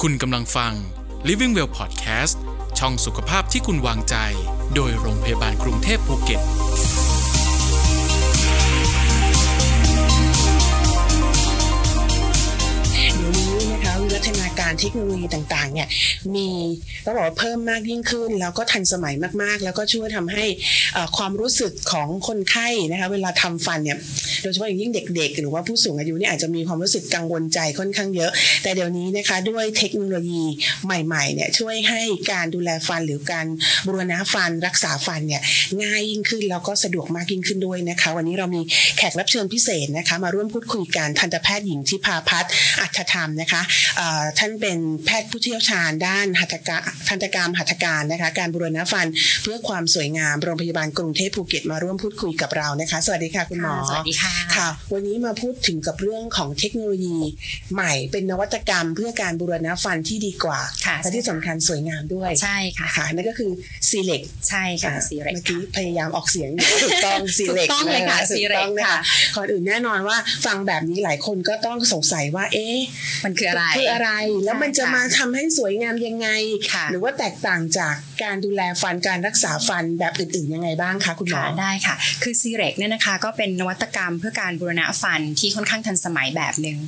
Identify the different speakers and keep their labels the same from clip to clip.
Speaker 1: คุณกำลังฟัง Living Well Podcast ช่องสุขภาพที่คุณวางใจ โดยโรงพยาบาลกรุงเทพภูเก็ต
Speaker 2: เดี๋ยวนี้นะคะวิวัฒนาการเทคโนโลยีต่างๆเนี่ยมีต้องบอกว่าเพิ่มมากยิ่งขึ้น แล้วก็ทันสมัยมากๆ แล้วก็ช่วยทำให้เอ่อความรู้สึกของคนไข้นะคะเวลาทำฟันเนี่ยโดยเฉพาะอย่างยิ่งเด็ก ๆ หรือว่าผู้สูงอายุเนี่ยอาจจะมีความรู้สึกกังวลใจค่อนข้างเยอะ แต่เดี๋ยวนี้นะคะด้วยเทคโนโลยีใหม่ๆเนี่ยช่วยให้การดูแลฟันหรือการบูรณะฟันรักษาฟันเนี่ยง่ายยิ่งขึ้นแล้วก็สะดวกมากยิ่งขึ้นด้วยนะคะ วันนี้เรามีแขกรับเชิญพิเศษนะคะ มาร่วมพูดคุยกันทันตแพทย์หญิงทิพาพัฒน์อัธธรรมนะคะเอ่อท่านเป็นแพทย์ผู้เชี่ยวชาญด้านหัตถกะทันตกรรมหัตถการนะคะการบูรณะฟันเพื่อความสวยงามโรงพยาบาลกรุงเทพภูเก็ตมาร่วมพูดคุยกับเรานะคะ สวัสดีค่ะคุณหมอ
Speaker 3: สวัสดีค่ะ
Speaker 2: ค่ะวันนี้มาพูดถึงกับเรื่องของเทคโนโลยีใหม่เป็นนวัตกรรมเพื่อการบูรณะฟันที่ดีกว่า
Speaker 3: ค่ะ
Speaker 2: และที่สำคัญสวยงามด้วย
Speaker 3: ใช่ค่ะ
Speaker 2: ค่ะนั่นก็คือซีเล็ก
Speaker 3: ใช่ค่ะซีเร็ก
Speaker 2: เมื่อกี้พยายามออกเสียงอยู่ถูกต้องซี
Speaker 3: ถู
Speaker 2: เล็
Speaker 3: ก
Speaker 2: ก
Speaker 3: ต้องเลยค่ะซีเร็กค่ะ
Speaker 2: ก่อนอื่นแน่นอนว่าฟังแบบนี้หลายคนก็ต้องสงสัยว่า เอ๊ะ
Speaker 3: มันคืออะไร
Speaker 2: คืออะไรแล้วมันจะ
Speaker 3: ค่ะ
Speaker 2: มาทำให้สวยงามยังไง
Speaker 3: ค่ะ
Speaker 2: หรือว่าแตกต่างจากการดูแลฟันการรักษาฟันแบบอื่นๆยังไงบ้างคะคุณหมอ
Speaker 3: ค่ะได้ค่ะ คือซีเร็กเนี่ยนะคะก็เป็นนวัตกรรมเพื่อการบูรณะฟันที่ค่อนข้างทันสมัยแบบหนึ่ง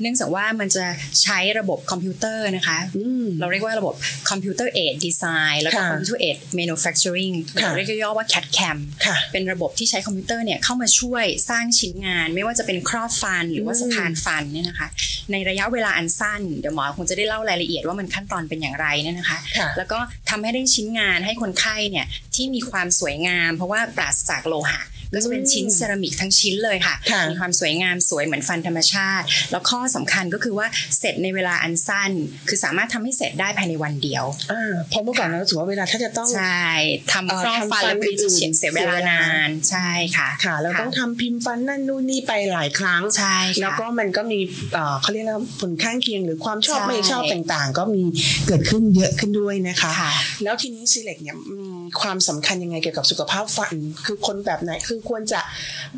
Speaker 3: เนื่องจากว่ามันจะใช้ระบบคอมพิวเตอร์นะคะ
Speaker 2: อืม
Speaker 3: เราเรียกว่าระบบ computer aided design แล้วก็
Speaker 2: ค่ะ
Speaker 3: computer aided manufacturing
Speaker 2: ค่ะ
Speaker 3: เราเรียกย่อๆว่า CAD/CAM
Speaker 2: ค่ะ
Speaker 3: เป็นระบบที่ใช้คอมพิวเตอร์เนี่ยเข้ามาช่วยสร้างชิ้นงาน ไม่ว่าจะเป็นครอบฟันหรือว่า
Speaker 2: อืม
Speaker 3: สะพานฟันเนี่ยนะคะ ในระยะเวลาอันสั้นเดี๋ยวหมอคงจะได้เล่ารายละเอียดว่ามันขั้นตอนเป็นอย่างไรเนี่ยนะคะ
Speaker 2: ค่ะ
Speaker 3: แล้วก็ทำให้ได้ชิ้นงานให้คนไข้เนี่ยที่มีความสวยงาม เพราะว่าปราศจากโลหะก็จะเป็นชิ้นเซรามิกทั้งชิ้นเลยค่ะ
Speaker 2: ค่ะ
Speaker 3: มีความสวยงามสวยเหมือนฟันธรรมชาติ แล้วข้อสำคัญก็คือว่าเสร็จในเวลาอันสั้น คือสามารถทำให้เสร็จได้ภายในวันเดียว
Speaker 2: อ่าเพราะเมื่อก่อนเรารู้สึกว่าเวลาถ้าจะต้อง
Speaker 3: ใช่ทำ
Speaker 2: เอ่อ
Speaker 3: ครอบ
Speaker 2: ทำ
Speaker 3: ฟัน
Speaker 2: ฟัน
Speaker 3: แล้วเป็น
Speaker 2: อื่นๆ
Speaker 3: เฉียงเสียเวลา
Speaker 2: เสียเวลาน
Speaker 3: นาน ใช่ค่ะ
Speaker 2: ค่ะเราต้องทำพิมพ์ฟันนั่นนู่นนี่ไปหลายครั้ง
Speaker 3: ใช่ค่ะ
Speaker 2: แล้วก็มันก็มีเอ่อเขาเรียกว่าผลข้างเคียงหรือความชอบ
Speaker 3: ใช่
Speaker 2: ไม่ชอบต่างๆ ก็มีเกิดขึ้นเยอะขึ้นด้วยนะคะ
Speaker 3: ค่ะ
Speaker 2: แล้วทีนี้ซีเล็กเนี่ยมีความสำคัญยังไงเกี่ยวกับสุขภาพฟัน คือคนแบบไหนคือควรจะ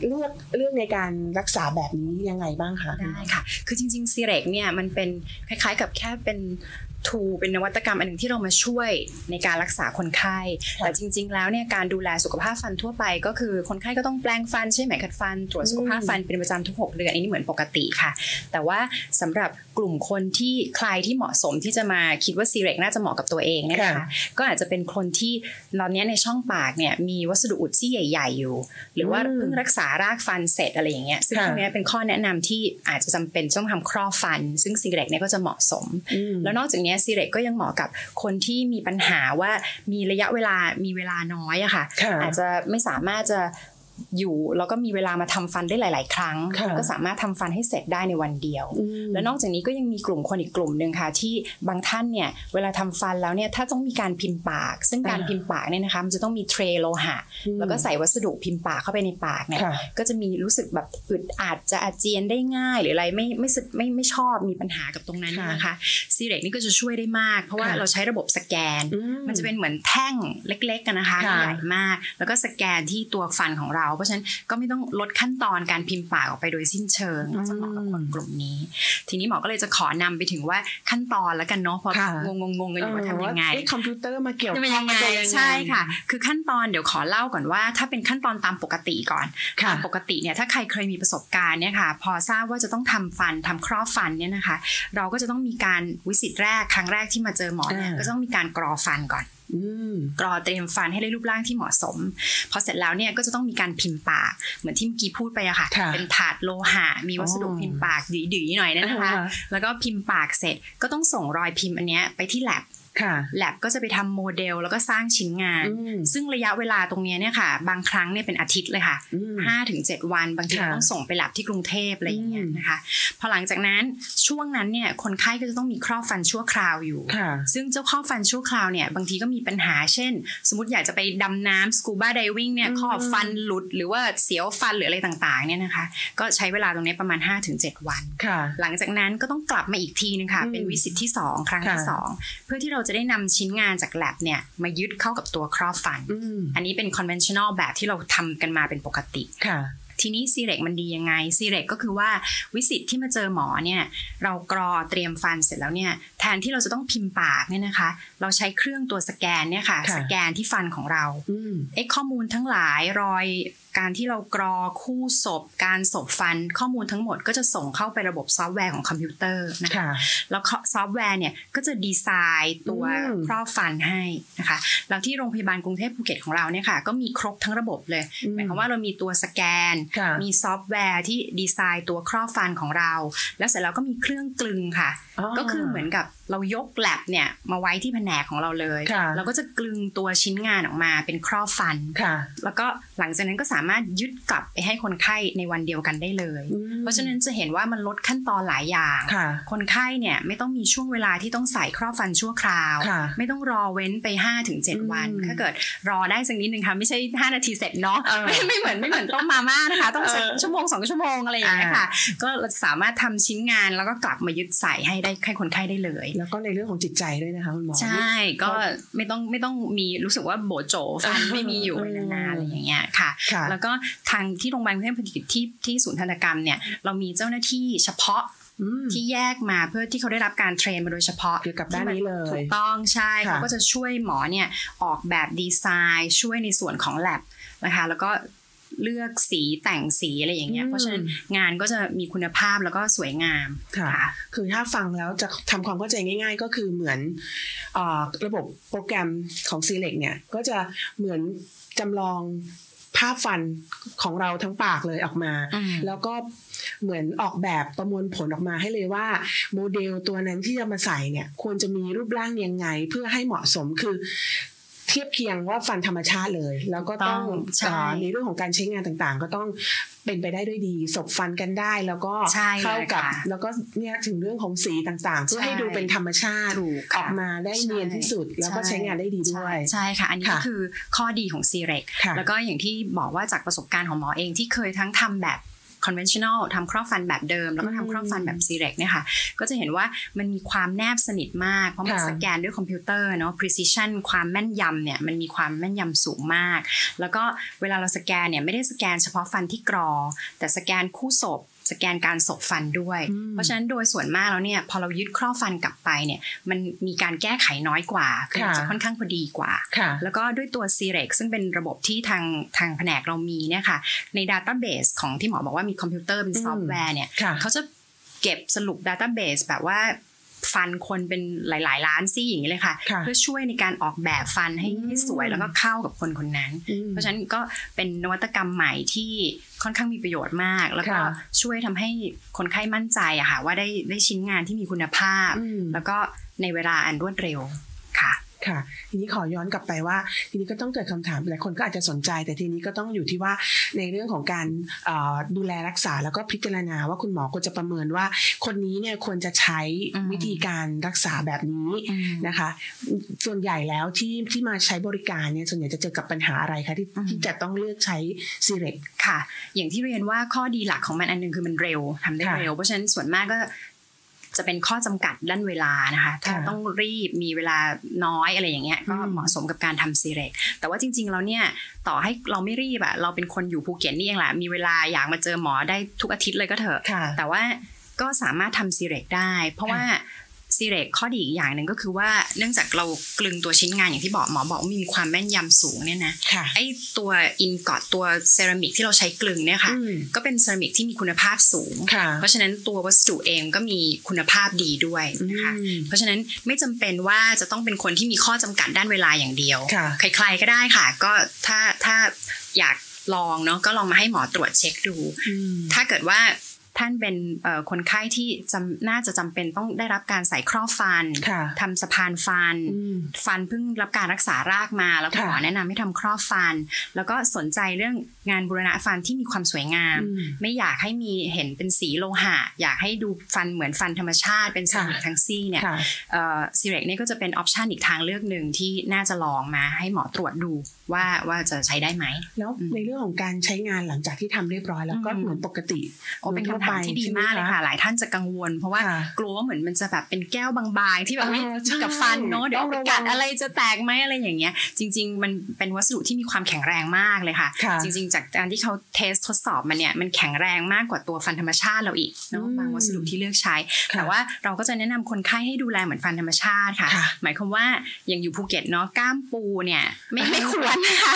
Speaker 2: เลือกเลือกในการรักษาแบบนี้ยังไงบ้างคะ
Speaker 3: ได้ค่ะ คือจริงๆซีเรกเนี่ยมันเป็นคล้ายๆกับแค่เป็นทูเป็นนวัตกรรมอันหนึ่งที่เรามาช่วยในการรักษาคนไข้
Speaker 2: ค่ะ
Speaker 3: แต่จริง ๆ แล้วเนี่ยการดูแลสุขภาพฟันทั่วไป ก็คือคนไข้ก็ต้องแปลงฟันใช่ไหมขัดฟัน ตรวจสุขภาพฟันเป็นประจำทุก 6 เดือนอันนี้เหมือนปกติค่ะ แต่ว่าสำหรับกลุ่มคนที่ใครที่เหมาะสมที่จะมาคิดว่าซีเรกน่าจะเหมาะกับตัวเองเนี่ยนะ
Speaker 2: ค่ะ
Speaker 3: คะก็อาจจะเป็นคนที่ตอนเนี้ยในช่องปากเนี่ยมีวัสดุอุดซี่ใหญ่ ๆ อยู่ หรือว่า
Speaker 2: อืม
Speaker 3: เพิ่งรักษารากฟันเสร็จอะไรอย่างเงี้ย ซึ่ง
Speaker 2: ค่ะ
Speaker 3: พวกเนี้ยเป็นข้อแนะนำที่อาจจะจำเป็นต้องทำครอบฟัน ซึ่งซีเร็กเนี่ยก็จะเหมาะสม
Speaker 2: อืม
Speaker 3: แล้วนอกจากเนี้ซีเร็กก็ยังเหมาะกับคนที่มีปัญหาว่ามีระยะเวลามีเวลาน้อยอะค่ะ
Speaker 2: ค่ะ
Speaker 3: อาจจะไม่สามารถจะอยู่แล้วก็มีเวลามาทำฟันได้หลาย ๆ ครั้ง
Speaker 2: ค่ะ
Speaker 3: ก็สามารถทำฟันให้เสร็จได้ในวันเดียว
Speaker 2: อืม
Speaker 3: แล้วนอกจากนี้ก็ยังมีกลุ่มคนอีกกลุ่มหนึ่งค่ะ ที่บางท่านเนี่ยเวลาทำฟันแล้วเนี่ยถ้าต้องมีการพิมพ์ปาก ซึ่งการ
Speaker 2: อ่า
Speaker 3: พิมพ์ปากเนี่ยนะคะมันจะต้องมีเทรโลหะ แล้วก็ใส่วัสดุพิมพ์ปากเข้าไปในปากเนี่ย
Speaker 2: ค่ะ
Speaker 3: ก็จะมีรู้สึกแบบอึดอาจจะอาเจียนได้ง่ายหรืออะไรไม่ไม่สึกไม่ไม่ชอบมีปัญหากับตรงนั้น
Speaker 2: ค่ะ
Speaker 3: นะคะซีเร็กนี่ก็จะช่วยได้มาก เพราะว่า
Speaker 2: ค่ะ
Speaker 3: เราใช้ระบบสแกน
Speaker 2: อื
Speaker 3: มันจะเป็นเหมือนแท่งเล็กๆกันนะคะ
Speaker 2: ค่ะ
Speaker 3: ไม่ใหญ่มาก แล้วก็สแกนที่ตัวฟันของเรา เพราะฉะนั้นก็ไม่ต้องลดขั้นตอนการพิมพ์ปากออกไปโดยสิ้นเชิง
Speaker 2: อืม
Speaker 3: จะเหมาะกับคนกลุ่มนี้ ทีนี้หมอก็เลยจะขอนำไปถึงว่าขั้นตอนแล้วกันเนาะเพราะ
Speaker 2: ค่ะ
Speaker 3: งงงๆกันอยู่ว่าทำยังไง
Speaker 2: เออว่าเอ๊ะคอมพิวเตอร์มาเกี่ยว
Speaker 3: จะเป็น
Speaker 2: ข้อ
Speaker 3: ยังไง
Speaker 2: จะ
Speaker 3: ใช่ค่ะ คือขั้นตอนเดี๋ยวขอเล่าก่อนว่า ถ้าเป็นขั้นตอนตามปกติก่อน
Speaker 2: ค่ะ
Speaker 3: ตามปกติเนี่ยถ้าใครเคยมีประสบการณ์เนี่ยค่ะ พอทราบว่าจะต้องทำฟันทำครอบฟันเนี่ยนะคะ เราก็จะต้องมีการวิสิตแรกครั้งแรกที่มาเจอหมอเนี่ย
Speaker 2: อ่า
Speaker 3: ก็ต้องมีการกรอฟันก่อน
Speaker 2: อืม
Speaker 3: กรอเตรียมฟันให้ได้รูปร่างที่เหมาะสม พอเสร็จแล้วเนี่ยก็จะต้องมีการพิมพ์ปาก เหมือนที่เมื่อกี้พูดไปอะค่ะ
Speaker 2: ค่ะ
Speaker 3: เป็นถาดโลหะ มีวัสดุ
Speaker 2: อ๋อ
Speaker 3: พิมพ์ปากดื๋ยๆหน่อยนะคะ แล้วก็พิมพ์ปากเสร็จก็ต้องส่งรอยพิมพ์อันเนี้ยไปที่ lab
Speaker 2: ค่ะ
Speaker 3: แลบก็จะไปทำโมเดลแล้วก็สร้างชิ้นงาน
Speaker 2: อืม
Speaker 3: ซึ่งระยะเวลาตรงเนี้ยเนี่ยค่ะ บางครั้งเนี่ยเป็นอาทิตย์เลยค่ะ
Speaker 2: อืม
Speaker 3: 5ถึง7วัน บางที
Speaker 2: ค่ะ
Speaker 3: ก็ต้องส่งไปแลบที่กรุงเทพอะไรอย่างเงี้ย
Speaker 2: อืม
Speaker 3: นะคะ พอหลังจากนั้นช่วงนั้นเนี่ยคนไข้ก็จะต้องมีครอบฟันชั่วคราวอยู่
Speaker 2: ค่ะ
Speaker 3: ซึ่งเจ้าครอบฟันชั่วคราวเนี่ยบางทีก็มีปัญหาเช่น สมมติอยากจะไปดำน้ำสกูบาไดวิ่งเนี่ย
Speaker 2: อืม
Speaker 3: ข้อฟันหลุดหรือว่าเสียวฟันหรืออะไรต่างๆเนี่ยนะคะ ก็ใช้เวลาตรงเนี้ยประมาณ 5-7 วัน
Speaker 2: ค่ะ
Speaker 3: หลังจากนั้นก็ต้องกลับมาอีกทีนึงค่ะ
Speaker 2: อืม
Speaker 3: เป็นวิสิตที่ 2 ครั้งที่
Speaker 2: ค่ะ
Speaker 3: 2 เพื่อที่เราจะได้นำชิ้นงานจาก lab เนี่ยมายึดเข้ากับตัวครอบฟัน
Speaker 2: อืม
Speaker 3: อันนี้เป็น conventional แบบที่เราทำกันมาเป็นปกติ
Speaker 2: ค่ะ
Speaker 3: ทีนี้ซีเรกมันดียังไงซีเรกก็คือว่าวิสิตที่มาเจอหมอเนี่ยเรากรอเตรียมฟันเสร็จแล้วเนี่ยแทนที่เราจะต้องพิมพ์ปากเนี่ยนะคะ เราใช้เครื่องตัวสแกนเนี่ยค่ะ
Speaker 2: ค่ะ
Speaker 3: สแกนที่ฟันของเรา
Speaker 2: อืม
Speaker 3: ไอ้ข้อมูลทั้งหลายรอยการที่เรากรอคู่ศพ การศพฟันข้อมูลทั้งหมดก็จะส่งเข้าไประบบซอฟต์แวร์ของคอมพิวเตอร์นะคะ
Speaker 2: ค่ะ
Speaker 3: แล้วก็ซอฟต์แวร์เนี่ยก็จะดีไซน์ตัว
Speaker 2: อืม
Speaker 3: ครอบฟันให้นะคะแล้วที่โรงพยาบาลกรุงเทพภูเก็ตของเราเนี่ยค่ะก็มีครบทั้งระบบเลยหมายความว่าเรามีตัวสแกน
Speaker 2: ค่ะ
Speaker 3: มีซอฟต์แวร์ที่ดีไซน์ตัวครอบฟันของเรา แล้วเสร็จแล้วก็มีเครื่องกลึงค่ะ ก็คือเหมือนกับเรายกแลบเนี่ยมาไว้ที่แผนกของเราเลย
Speaker 2: ค่ะ
Speaker 3: เราก็จะกลึงตัวชิ้นงานออกมาเป็นครอบฟัน
Speaker 2: ค่ะ
Speaker 3: แล้วก็หลังจากนั้นก็สามารถยึดกลับไปให้คนไข้ในวันเดียวกันได้เลย
Speaker 2: อืม
Speaker 3: เพราะฉะนั้นจะเห็นว่ามันลดขั้นตอนหลายอย่าง
Speaker 2: ค่ะ
Speaker 3: คนไข้เนี่ยไม่ต้องมีช่วงเวลาที่ต้องใส่ครอบฟันชั่วคราว
Speaker 2: ค่ะ
Speaker 3: ไม่ต้องรอเว้นไป
Speaker 2: อืม
Speaker 3: 5-7 วัน ถ้าเกิดรอได้สักนิดนึงค่ะ ไม่ใช่ 5 นาทีเสร็จเนาะ
Speaker 2: เออ
Speaker 3: ไม่ไม่เหมือนไม่เหมือนต้มมาม่านะคะ ต้องสัก
Speaker 2: เออ
Speaker 3: ชั่วโมง 2 ชั่วโมงอะไรอย่างเงี้ย
Speaker 2: อ่า
Speaker 3: ค่ะ ก็เราสามารถทำชิ้นงานแล้วก็กลับมายึดใส่ให้ได้ให้คนไข้ได้เลย
Speaker 2: แล้วก็ในเรื่องของจิตใจด้วยนะคะคุณหมอ
Speaker 3: ใช่ก็ไม่ต้องไม่ต้องมีรู้สึกว่าโบโจฟันไม่มีอยู่
Speaker 2: เออ
Speaker 3: ไปนานๆอะไรอย่างเงี้ยค่ะ
Speaker 2: ค่ะ
Speaker 3: แล้วก็ทางที่โรงพยาบาลกรุงเทพมหานครที่ที่ศูนย์ทันตกรรมเนี่ยเรามีเจ้าหน้าที่เฉพาะ
Speaker 2: อืม
Speaker 3: ที่แยกมาเพื่อที่เขาได้รับการเทรนมาโดยเฉพาะ
Speaker 2: เกี่ยวกับด้านนี้เลย
Speaker 3: ถูกต้องใช่
Speaker 2: ค่ะ
Speaker 3: เขาก็จะช่วยหมอเนี่ยออกแบบดีไซน์ช่วยในส่วนของแลบนะคะแล้วก็เลือกสีแต่งสีอะไรอย่างเงี้ยเพราะฉะนั้นงานก็จะมีคุณภาพแล้วก็สวยงาม
Speaker 2: ค่ะ
Speaker 3: ค่ะ
Speaker 2: คือถ้าฟังแล้วจะทำความเข้าใจง่าย ๆ ก็คือเหมือนเออระบบโปรแกรมของ c ีเล็กเนี่ย ก็จะเหมือนจำลองภาพฟันของเราทั้งปากเลยออกมา
Speaker 3: อืม
Speaker 2: แล้วก็เหมือนออกแบบประมวลผลออกมาให้เลยว่า โมเดลตัวนั้นที่จะมาใส่เนี่ย ควรจะมีรูปร่างยังไง เพื่อให้เหมาะสมคือ เทียบเคียงว่าฟันธรรมชาติเลย แล้วก็ต้อง
Speaker 3: ต้องใช่
Speaker 2: เอ่อในเรื่องของการใช้งานต่างๆ ก็ต้องเป็นไปได้ด้วยดีสบฟันกันได้แล้วก็
Speaker 3: ใช่เลย
Speaker 2: เข้ากับ
Speaker 3: ค่ะ
Speaker 2: แล้วก็เนี่ยถึงเรื่องของสีต่างๆ เพื่อ
Speaker 3: ใช่
Speaker 2: ให้ดูเป็นธรรมชาติ
Speaker 3: ถูก
Speaker 2: อ
Speaker 3: ค่ะ
Speaker 2: อกมาได้เนียนที่สุด แล้วก็ใช้งานได้ดีด้วย
Speaker 3: ใช่ใช่ค่ะ อันนี้
Speaker 2: ค่ะ
Speaker 3: ก็คือข้อดีของ c ีเรก
Speaker 2: ค่ะ
Speaker 3: แล้วก็อย่างที่บอกว่าจากประสบการณ์ของหมอเองที่เคยทั้งทำแบบ conventional ทำครอบฟันแบบเดิม แล้วก็
Speaker 2: อืม
Speaker 3: ทำครอบฟันแบบ c ีเรกเนี่ยค่ะ ก็จะเห็นว่ามันมีความแนบสนิทมาก เพราะมัน
Speaker 2: ค่ะ
Speaker 3: สแกนด้วยคอมพิวเตอร์เนาะ precision ความแม่นยำเนี่ยมันมีความแม่นยำสูงมาก แล้วก็เวลาเราสแกนเนี่ยไม่ได้สแกนเฉพาะฟันที่กรอ แต่สแกนคู่ศพ สแกนการศพฟันด้วย
Speaker 2: อืม
Speaker 3: เพราะฉะนั้นโดยส่วนมากแล้วเนี่ยพอเรายึดครอบฟันกลับไปเนี่ยมันมีการแก้ไขน้อยกว่าคือมันจะ
Speaker 2: ค่ะ
Speaker 3: ค่อนข้างพอดีกว่า
Speaker 2: ค่ะ
Speaker 3: แล้วก็ด้วยตัว c ีเรกซึ่งเป็นระบบที่ทางทางแผนกเรามีเนี่ยค่ะในดัตต้าเบสของที่หมอบอกว่ามีคอมพิวเตอร์เป็น
Speaker 2: อืม
Speaker 3: ซอฟต์แวร์เนี่ย
Speaker 2: ค่ะ
Speaker 3: เขาจะเก็บสรุปดัตต้าเบสแบบว่าฟันคนเป็นหลาย ๆ ล้านซี่อย่างนี้เลยค่ะ
Speaker 2: ค่ะ
Speaker 3: เพื่อช่วยในการออกแบบฟันให้
Speaker 2: อืม
Speaker 3: ให้สวยแล้วก็เข้ากับคนคนนั้น
Speaker 2: อืม
Speaker 3: เพราะฉะนั้นก็เป็นนวัตกรรมใหม่ที่ค่อนข้างมีประโยชน์มาก แล้วก็
Speaker 2: ค่ะ
Speaker 3: ช่วยทำให้คนไข้มั่นใจอะค่ะว่าได้ได้ชิ้นงานที่มีคุณภาพ
Speaker 2: อืม
Speaker 3: แล้วก็ในเวลาอันรวดเร็วค่ะ
Speaker 2: ค่ะ ทีนี้ขอย้อนกลับไปว่า ทีนี้ก็ต้องเกิดคำถามหลายคนก็อาจจะสนใจ แต่ทีนี้ก็ต้องอยู่ที่ว่าในเรื่องของการเอ่อดูแลรักษาแล้วก็พิจารณาว่าคุณหมอควรจะประเมินว่า คนนี้เนี่ยควรจะใช้
Speaker 3: อืม
Speaker 2: วิธีการรักษาแบบนี้
Speaker 3: นะ
Speaker 2: นะคะ ส่วนใหญ่แล้วที่ที่มาใช้บริการเนี่ยส่วนใหญ่จะเจอกับปัญหาอะไรคะที่
Speaker 3: อืม
Speaker 2: ที่จะต้องเลือกใช้ซีเร
Speaker 3: ค่ะ อย่างที่เรียนว่าข้อดีหลักของมันอันหนึงคือมันเร็วทำได้
Speaker 2: ค่ะ
Speaker 3: เร็ว เพราะฉะนั้นส่วนมากก็จะเป็นข้อจำกัดด้านเวลานะคะถ้า
Speaker 2: ค่ะ
Speaker 3: ต้องรีบมีเวลาน้อยอะไรอย่างเงี้ยก็
Speaker 2: อืม
Speaker 3: เหมาะสมกับการทำซีเรกแต่ว่าจริงๆแล้วเนี่ยต่อให้เราไม่รีบอะเราเป็นคนอยู่ภูเก็ตนี่เองแหละมีเวลาอยากมาเจอหมอได้ทุกอาทิตย์เลยก็เถอะ
Speaker 2: ค่ะ
Speaker 3: แต่ว่าก็สามารถทำซีเรกได้ เพราะว่าซีเรกข้อดีอีกอย่างหนึ่งก็คือว่าเนื่องจากเรากลึงตัวชิ้นงานอย่างที่บอกหมอบอกว่ามีความแม่นยำสูงเนี่ยนะ
Speaker 2: ค่ะ
Speaker 3: ไอตัวอินกอดตัวเซรามิกที่เราใช้กลึงเนี่ยค่ะ
Speaker 2: อืม
Speaker 3: ก็เป็นเซรามิกที่มีคุณภาพสูง
Speaker 2: ค่ะ
Speaker 3: เพราะฉะนั้นตัววัสดุเองก็มีคุณภาพดีด้วยนะคะ
Speaker 2: อืม
Speaker 3: เพราะฉะนั้นไม่จำเป็นว่าจะต้องเป็นคนที่มีข้อจำกัดด้านเวลาอย่างเดียว
Speaker 2: ค่ะ
Speaker 3: ใครๆก็ได้ค่ะ ก็ถ้าถ้าอยากลองเนาะก็ลองมาให้หมอตรวจเช็คดู ถ้าเกิดว่าท่านเป็นเอ่อคนไข้ที่จำน่าจะจำเป็นต้องได้รับการใส่ครอบฟัน
Speaker 2: ค่ะ
Speaker 3: ทำสะพานฟัน
Speaker 2: อืม
Speaker 3: ฟันเพิ่งรับการรักษารากมา แล้วคุณ
Speaker 2: ค่ะ
Speaker 3: หมอแนะนำให้ทำครอบฟัน แล้วก็สนใจเรื่องงานบูรณะฟันที่มีความสวยงาม
Speaker 2: อืม
Speaker 3: ไม่อยากให้มีเห็นเป็นสีโลหะ อยากให้ดูฟันเหมือนฟันธรรมชาติเป็นสี
Speaker 2: ค่ะ
Speaker 3: ทั้งซี่เนี่ย
Speaker 2: ค่ะ
Speaker 3: ซีเรกนี่ยก็จะเป็นออปชันอีกทางเลือกหนึ่งที่น่าจะลองมาให้หมอตรวจดูว่าว่าจะใช้ได้ไหม
Speaker 2: แล้ว
Speaker 3: อืม
Speaker 2: ในเรื่องของการใช้งานหลังจากที่ทำเรียบร้อยแล้วก็
Speaker 3: อืม
Speaker 2: เหมือนปกติ
Speaker 3: โอ้เป็นคำถ หารที่ดี
Speaker 2: ใช่ไหม
Speaker 3: มากเลย
Speaker 2: คะ
Speaker 3: ค่ะ หลายท่านจะกังวล เพราะว่า
Speaker 2: ค่ะ
Speaker 3: กลัวว่าเหมือนมันจะแบบเป็นแก้วบางๆที่แบบ
Speaker 2: อ่า
Speaker 3: เอ้ย
Speaker 2: ใช่
Speaker 3: กับฟันเนาะเดี๋ยว
Speaker 2: ต้อง
Speaker 3: ไประ
Speaker 2: วัง
Speaker 3: กัดอะไรจะแตกไหมอะไรอย่างเงี้ย จริง ๆ มันเป็นวัสดุที่มีความแข็งแรงมากเลยค่ะ
Speaker 2: ค่ะ
Speaker 3: จริง ๆ จากการที่เขาเทสทดสอบมันเนี่ยมันแข็งแรงมากกว่าตัวฟันธรรมชาติเราอีกเนาะ
Speaker 2: อืม
Speaker 3: บางวัสดุที่เลือกใช้
Speaker 2: ค่ะ
Speaker 3: แต่ว่าเราก็จะแนะนำคนไข้ให้ดูแลเหมือนฟันธรรมชาติค่ะ
Speaker 2: ค่ะ
Speaker 3: หมายความว่าอย่างอยู่ภูเก็ตเนาะกล้ามปูเนี่ย ไม่ไม่ควรนะคะ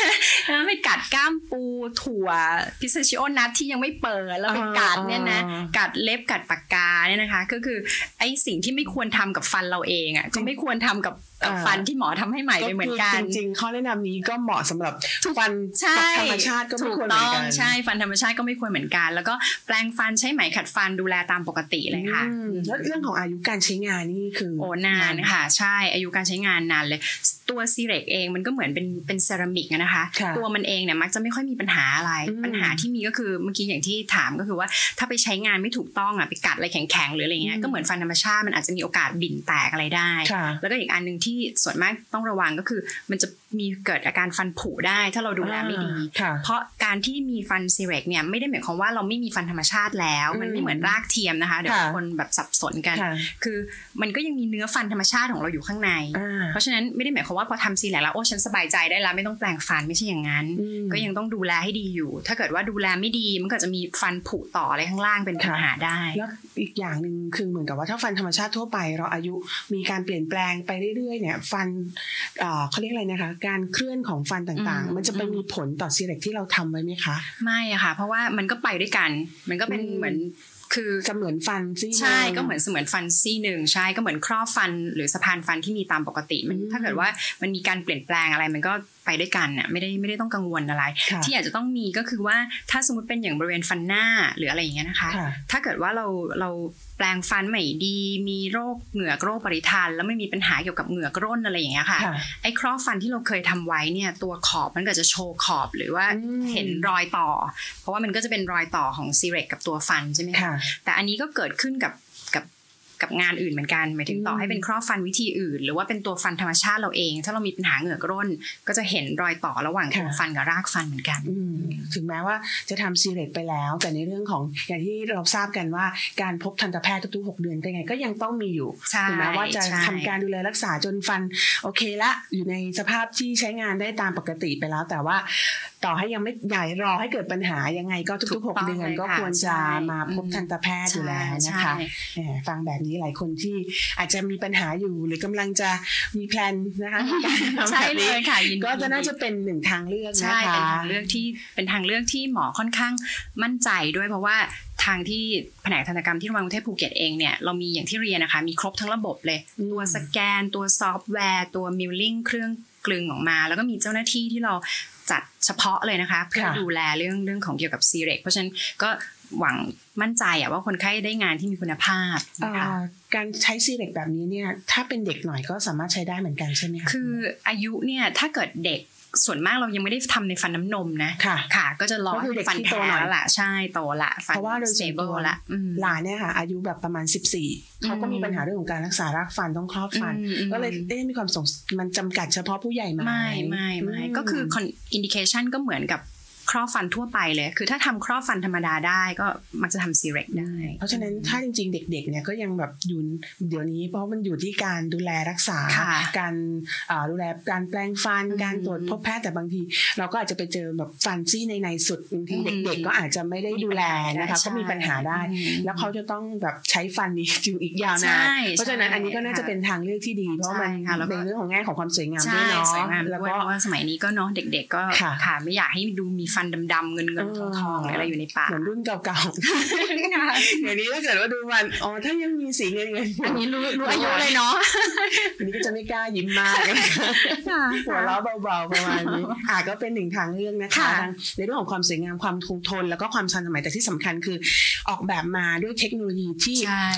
Speaker 3: แล้วไปกัดกล้ามปูถั่วพิซซาชิโอนัทที่ยังไม่เปิดแล้วไปกัดเนี่ยนะ
Speaker 2: อ่า
Speaker 3: กัดเล็บกัดปากกาเนี่ยนะคะ ก็คือไอ้สิ่งที่ไม่ควรทำกับฟันเราเองอ่ะก็ไม่ควรทำกับเอ่ออา ฟันที่หมอทำให้ใหม่ไปเหมือนกัน
Speaker 2: จริงๆข้อแนะนำนี้ก็เหมาะสำหรับฟัน
Speaker 3: ใช่
Speaker 2: ธรรมชาติก็ไม่ค
Speaker 3: ถูก
Speaker 2: วรเหมือ
Speaker 3: ต้อนง
Speaker 2: กัน
Speaker 3: ใช่ฟันธรรมชาติก็ไม่ควรเหมือนกัน แล้วก็แปรงฟันใช้ไหมขัดฟันดูแลตามปกติเลยค่ะ
Speaker 2: อืมแล้วเรื่องของอายุการใช้งานนี่คือ
Speaker 3: โอ้นานค่ะ ใช่อายุการใช้งานนานเลย ตัวซีเรกเองมันก็เหมือนเป็นเป็นเซรามิกอะนะคะ
Speaker 2: ค่ะ
Speaker 3: ตัวมันเองเนี่ยมักจะไม่ค่อยมีปัญหาอะไร
Speaker 2: อืม
Speaker 3: ปัญหาที่มีก็คือเมื่อกี้อย่างที่ถามก็คือว่าถ้าไปใช้งานไม่ถูกต้องอ่ะไปกัดอะไรแข็งๆหรืออะไรเงี้
Speaker 2: อื
Speaker 3: ย
Speaker 2: ม
Speaker 3: ก็เหมือนฟันธรรมชาติมันอาจจะมีโอกาสบิ่นแตกอะไรได้
Speaker 2: ค่ะ
Speaker 3: แล้วก็อีกอันหนึ่งที่ส่วนมากต้องระวังก็คือ มันจะมีเกิดอาการฟันผุได้ ถ้าเราดูแลไม่ดี
Speaker 2: ค่ะ
Speaker 3: เพราะการที่มีฟันซีเรกเนี่ยไม่ได้หมายความว่าเราไม่มีฟันธรรมชาติแล้ว มันไม่เหมือนรากเทียมนะคะเดี๋ยว
Speaker 2: ค่ะ
Speaker 3: คนแบบสับสนกัน
Speaker 2: ค่ะ
Speaker 3: คือมันก็ยังมีเนื้อฟันธรรมชาติของเราอยู่ข้างใน
Speaker 2: อ่า
Speaker 3: เพราะฉะนั้นไม่ได้หมายความว่าพอทำซีแลกแล้วโอ้ฉันสบายใจได้แล้วไม่ต้องแปลงฟันไม่ใช่อย่างนั้น
Speaker 2: อืม
Speaker 3: ก็ยังต้องดูแลให้ดีอยู่ ถ้าเกิดว่าดูแลไม่ดีมันก็อาจจะมีฟันผุต่ออะไรข้างล่างเป็นปัญหาได้
Speaker 2: แล้วอีกอย่างหนึ่งคือเหมือนกับว่าถ้าฟันธรรมชาติทั่วไปเราอายุมีการเปลี่ยนแปลงไปเรื่อยๆเนี่ยฟันเอ่อเขาเรียกอะไรนะคะ การเคลื่อนของฟันต่าง
Speaker 3: อืม
Speaker 2: ๆ มันจะไปมีผลต่อซีเล็กที่เราทำไว้ไหมคะ
Speaker 3: ไม่อะค่ะ เพราะว่ามันก็ไปด้วยกัน มันก็เป็น
Speaker 2: อืม
Speaker 3: เหมือนคือ
Speaker 2: เสมือนฟันซี่
Speaker 3: ใช่ก็เหมือนเสมือนฟันซี่หนึ่งใช่ก็เหมือนครอบฟันหรือสะพานฟันที่มีตามปกติมัน
Speaker 2: อืม
Speaker 3: ถ้าเกิดว่ามันมีการเปลี่ยนแปลงอะไรมันก็ไปด้วยกันน่ะไม่ได้ไม่ได้ต้องกังวลอะไร
Speaker 2: ค่ะ
Speaker 3: ที่อาจจะต้องมีก็คือว่าถ้าสมมติเป็นอย่างบริเวณฟันหน้าหรืออะไรอย่างเงี้ยนะคะ
Speaker 2: ค่ะ
Speaker 3: ถ้าเกิดว่าเราเราแปลงฟันไม่ดี มีโรคเหงือกโรคปริทาน แล้วไม่มีปัญหาเกี่ยวกับเหงือกร่นอะไรอย่างเงี้ยค่ะ
Speaker 2: ค่ะ
Speaker 3: ไอ้ครอบฟันที่เราเคยทำไว้เนี่ยตัวขอบมันก็จะโชว์ขอบหรือว่า
Speaker 2: อืม
Speaker 3: เห็นรอยต่อ เพราะว่ามันก็จะเป็นรอยต่อของซีเรกกับตัวฟันใช่ไหมคะ
Speaker 2: ค่ะ
Speaker 3: แต่อันนี้ก็เกิดขึ้นกับกับกับงานอื่นเหมือนกัน หมายถึงต่อ
Speaker 2: อื
Speaker 3: ให้
Speaker 2: ม
Speaker 3: เป็นครอบฟันวิธีอื่น หรือว่าเป็นตัวฟันธรรมชาติเราเอง ถ้าเรามีปัญหาเหงือกร่น ก็จะเห็นรอยต่อระหว่างตัว
Speaker 2: ค่ะ
Speaker 3: ฟันกับรากฟันเหมือนกัน
Speaker 2: อืมถึงแม้ว่าจะทำซีเรตไปแล้ว แต่ในเรื่องของอย่างที่เราทราบกันว่าการพบทันตแพทย์ทุกๆ 6 เดือนก็ยังไงก็ยังต้องมีอยู่
Speaker 3: ใช่
Speaker 2: ถึงแม้ว่าจะ
Speaker 3: ใช่
Speaker 2: ทำการดูแลรักษาจนฟันโอเคละอยู่ในสภาพที่ใช้งานได้ตามปกติไปแล้ว แต่ว่าต่อให้ยังไม่ใหญ่รอให้เกิดปัญหายังไงก็
Speaker 3: ถู
Speaker 2: ทุ
Speaker 3: ก
Speaker 2: ก
Speaker 3: ต้
Speaker 2: ๆ6
Speaker 3: อง
Speaker 2: เดือนก็
Speaker 3: เลยค่ะ
Speaker 2: ควรจะ
Speaker 3: ใช่
Speaker 2: มาพบ
Speaker 3: อืม
Speaker 2: ทันตแพทย์อยู่แล้วนะคะ
Speaker 3: ใช่
Speaker 2: แหมฟังแบบนี้หลายคนที่อาจจะมีปัญหาอยู่หรือกำลังจะมีแพลนนะคะในการทำ
Speaker 3: ใช่
Speaker 2: แบบ
Speaker 3: เล
Speaker 2: นี้
Speaker 3: ยค่ะยินดี
Speaker 2: ก็จะน่าจะเป็นหนึ่งทางเลือก
Speaker 3: ใช่
Speaker 2: นะ
Speaker 3: เป็น
Speaker 2: คะ
Speaker 3: ทางเลือกที่เป็นทางเลือกที่หมอค่อนข้างมั่นใจด้วยเพราะว่าทางที่แผนกทันตกรรมที่โรงพยาบาลกรุงเทพภูเก็ตเองเนี่ยเรามีอย่างที่เรียนนะคะ มีครบทั้งระบบเลย
Speaker 2: อืม
Speaker 3: ตัวสแกน ตัวซอฟต์แวร์ ตัวมิลลิ่งเครื่องกลึงออกมา แล้วก็มีเจ้าหน้าที่ที่เราจัดเฉพาะเลยนะคะ เพื่อ
Speaker 2: ค่ะ
Speaker 3: ดูแลเรื่องเรื่องของเกี่ยวกับซีเรกเพราะฉะนั้นก็หวังมั่นใจอะว่าคนไข้ได้งานที่มีคุณภาพนะคะ
Speaker 2: อ่าการใช้ซีเล็กแบบนี้เนี่ยถ้าเป็นเด็กหน่อยก็สามารถใช้ได้เหมือนกันใช่ไหมคะ
Speaker 3: คืออายุเนี่ยถ้าเกิดเด็กส่วนมากเรายังไม่ได้ทำในฟันน้ำนมนะ
Speaker 2: ค่ะ
Speaker 3: ค่ะก็จะรอ
Speaker 2: ก็คือเด็ก
Speaker 3: ฟัน
Speaker 2: ที่โตห
Speaker 3: แท้
Speaker 2: น่อย
Speaker 3: แล้วล่ะใช่โตละฟัน
Speaker 2: เพราะว่าโดยส่วน
Speaker 3: stable
Speaker 2: ตัว
Speaker 3: ละอืม
Speaker 2: หลานเนี่ยค่ะอายุแบบประมาณ 14 เขาก็มีปัญหาเรื่องของการรักษารากฟันต้องครอบฟัน
Speaker 3: อืมอืม
Speaker 2: ก็เลยเอ๊ะมีความสงสัยมันจำกัดเฉพาะผู้ใหญ่ไหม
Speaker 3: ไม่ไม่ไม่
Speaker 2: ม
Speaker 3: ก็คืออินดิเคชันก็เหมือนกับครอบฟันทั่วไปเลย คือถ้าทำครอบฟันธรรมดาได้ก็มักจะทำซีเรกได้
Speaker 2: เพราะฉะนั้นถ้าจริงๆ เด็กๆ เนี่ยก็ยังแบบอยู่เดี๋ยวนี้เพราะมันอยู่ที่การดูแลรักษา
Speaker 3: ค่ะ
Speaker 2: การเอ่อดูแลการแปลงฟัน
Speaker 3: อืม
Speaker 2: การตรวจพบแพทย์แต่บางที เราก็อาจจะไปเจอแบบฟันซี่ในในสุดบางที
Speaker 3: อืม
Speaker 2: เด็กๆ ก็อาจจะไม่ได้ดูแลนะคะ
Speaker 3: ใช่
Speaker 2: ก็มีปัญหาได้
Speaker 3: อืม
Speaker 2: แล้วเขาจะต้องแบบใช้ฟันนี้อยู่อีกยาว
Speaker 3: ใช่
Speaker 2: นาน
Speaker 3: ใช่
Speaker 2: เพราะฉะนั้นอันนี้ก็น่าจะเป็นทางเลือกที่ดี เพราะมัน
Speaker 3: ใช่ค่ะแล้วก็
Speaker 2: ในเรื่องของแง่ของความสวยงามด้วยเนาะ
Speaker 3: ใช่สวยงาม
Speaker 2: แล้ว
Speaker 3: ด้วย
Speaker 2: ก็
Speaker 3: เพราะว่าสมัยนี้ก็เนาะเด็กๆก็
Speaker 2: ค่ะ
Speaker 3: ค่ะไม่อยากให้ดูมีฟันดำๆเงินเงินๆทองทองๆหรืออะไรอยู่ในปาก
Speaker 2: เหมือนรุ่นเก่า
Speaker 3: ค่ะ
Speaker 2: ๆ เดี๋ยวนี้ถ้าเกิดว่าดูฟันอ๋อถ้ายังมีสีเงินเงินๆอยู่
Speaker 3: อันนี้รู้รู้อายุเลยเนาะ
Speaker 2: อันนี้ก็จะไม่กล้ายิ้มมากนะคะ หัว
Speaker 3: ค่ะ
Speaker 2: เราะเบาๆประมาณนี้ อ่ะก็เป็นหนึ่งทางเลือกนะคะ
Speaker 3: ค่ะ
Speaker 2: ทางในเรื่องของความสวยงามความคงทน แล้วก็ความทันสมัยแต่ที่สำคัญคือ ออกแบบมาด้วยเทคโนโลยีที่
Speaker 3: ใช่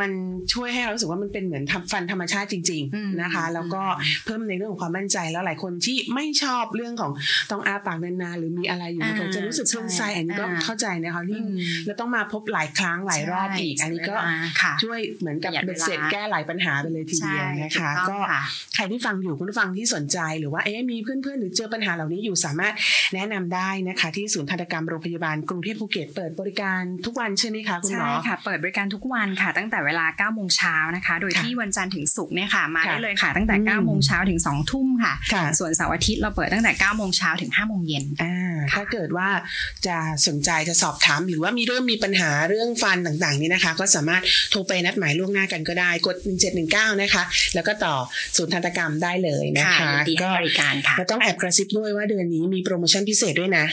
Speaker 2: มันช่วยให้เรารู้สึกว่ามันเป็นเหมือนทำฟันธรรมชาติจริง
Speaker 3: อืม
Speaker 2: ๆนะคะ แล้วก็เพิ่มในเรื่องของความมั่นใจแล้วหลายคนที่ไม่ชอบเรื่องของต้องอาปากนานๆหรือมีอะไร อยู่เนี่ย
Speaker 3: อ่า
Speaker 2: คงจะรู้สึกค
Speaker 3: ใช่
Speaker 2: ลื่นไส้อันนี้ก็
Speaker 3: อ่า
Speaker 2: เข้าใจนะคะยิ่งแล้วต้องมาพบหลายครั้งหลายรอบอีก อันนี้ก็
Speaker 3: ใช่ค่ะ
Speaker 2: ช่วยเหมือนกับ
Speaker 3: ประหยัด
Speaker 2: เบ็ดเสร็จ
Speaker 3: เวลา
Speaker 2: แก้หลายปัญหาไปเลยทีเดียวนะคะ
Speaker 3: ใช่ถู
Speaker 2: ก็
Speaker 3: ต้องค่ะ
Speaker 2: ใครที่ฟังอยู่คุณผู้ฟังที่สนใจหรือว่าเอ๊ะมีเพื่อนๆ หรือเจอปัญหาเหล่านี้อยู่สามารถแนะนำได้นะคะ ที่ศูนย์ทันตกรรมโรงพยาบาลกรุงเทพภูเก็ตเปิดบริการทุกวันใช่ไหมคะคุณหม
Speaker 3: ใช่
Speaker 2: อ
Speaker 3: ค่ะ เปิดบริการทุกวันค่ะ ตั้งแต่เวลา9โมงเช้านะคะ โดย
Speaker 2: ค่ะ
Speaker 3: ที่วันจันทร์ถึงศุกร์เนี่ยค่ะ มา
Speaker 2: ค่ะ
Speaker 3: ได้เลยค่ะ ตั้งแต่
Speaker 2: อืม
Speaker 3: 9โมงเช้าถึง2ทุ่มค่ะ
Speaker 2: ค่ะ
Speaker 3: ส่วนเสาร์อาทิตย์เราเปิดตั้งแต่9โมงเช้าถึง5โมงเย็น
Speaker 2: อ่าถ้าเกิดว่าจะสนใจจะสอบถาม หรือว่ามีเรื่องมีปัญหาเรื่องฟันต่างๆ นี่นะคะ ก็สามารถโทรไปนัดหมายล่วงหน้ากันก็ได้กด 1719 นะคะ แล้วก็ต่อศูนย์ทันตกรรมได้เลยนะ
Speaker 3: ค่ะ
Speaker 2: คะ
Speaker 3: ยินดีให้บริการค่ะ
Speaker 2: แล้วต้องแอบกระซิบด้วยว่าเดือนนี้มีโปรโมชั่นพิเศษด้วยนะ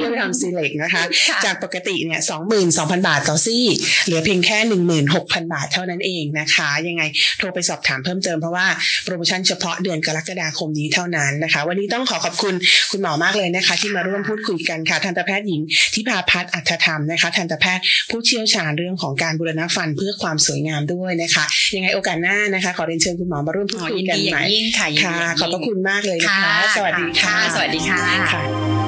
Speaker 2: ที่ไปท ำซีเล็กนะคะ
Speaker 3: ค่ะ
Speaker 2: จากปกติเนี่ยสองหมื่นสองพันบาทต่อซี่ เหลือเพียงแค่หนึ่งหมื่นหกพันบาทเท่านั้นเองนะคะ ยังไงโทรไปสอบถามเพิ่มเติมเพราะว่าโปรโมชั่นเฉพาะเดือนกรกฎาคมนี้เท่านั้นนะคะ วันนี้ต้องขอขอบคุณคุณหมอมากเลยนะคะ ที่มาร่วมพูดคุยกันค่ะทันตแพทย์หญิงทิพาพัฒน์อัธธรรมนะคะทันตแพทย์ผู้เชี่ยวชาญเรื่องของการบูรณะฟันเพื่อความสวยงามด้วยนะคะ ยังไงโอกาสหน้านะคะ ขอเรียนเชิญคุณหมอมาร่วมพูด
Speaker 3: อ๋อ
Speaker 2: คุย
Speaker 3: ยิน
Speaker 2: กัน
Speaker 3: ดีอ
Speaker 2: ให
Speaker 3: ย่า
Speaker 2: ม่
Speaker 3: งยิ่งค่ะยินดี
Speaker 2: ค่ะ
Speaker 3: ย่างยิ่ง
Speaker 2: ขอบพระคุณมากเลยนะคะ
Speaker 3: ค่ะ
Speaker 2: สวัสดีค่ะ
Speaker 3: ค่ะสวัสดีค่ะ
Speaker 2: ค่ะ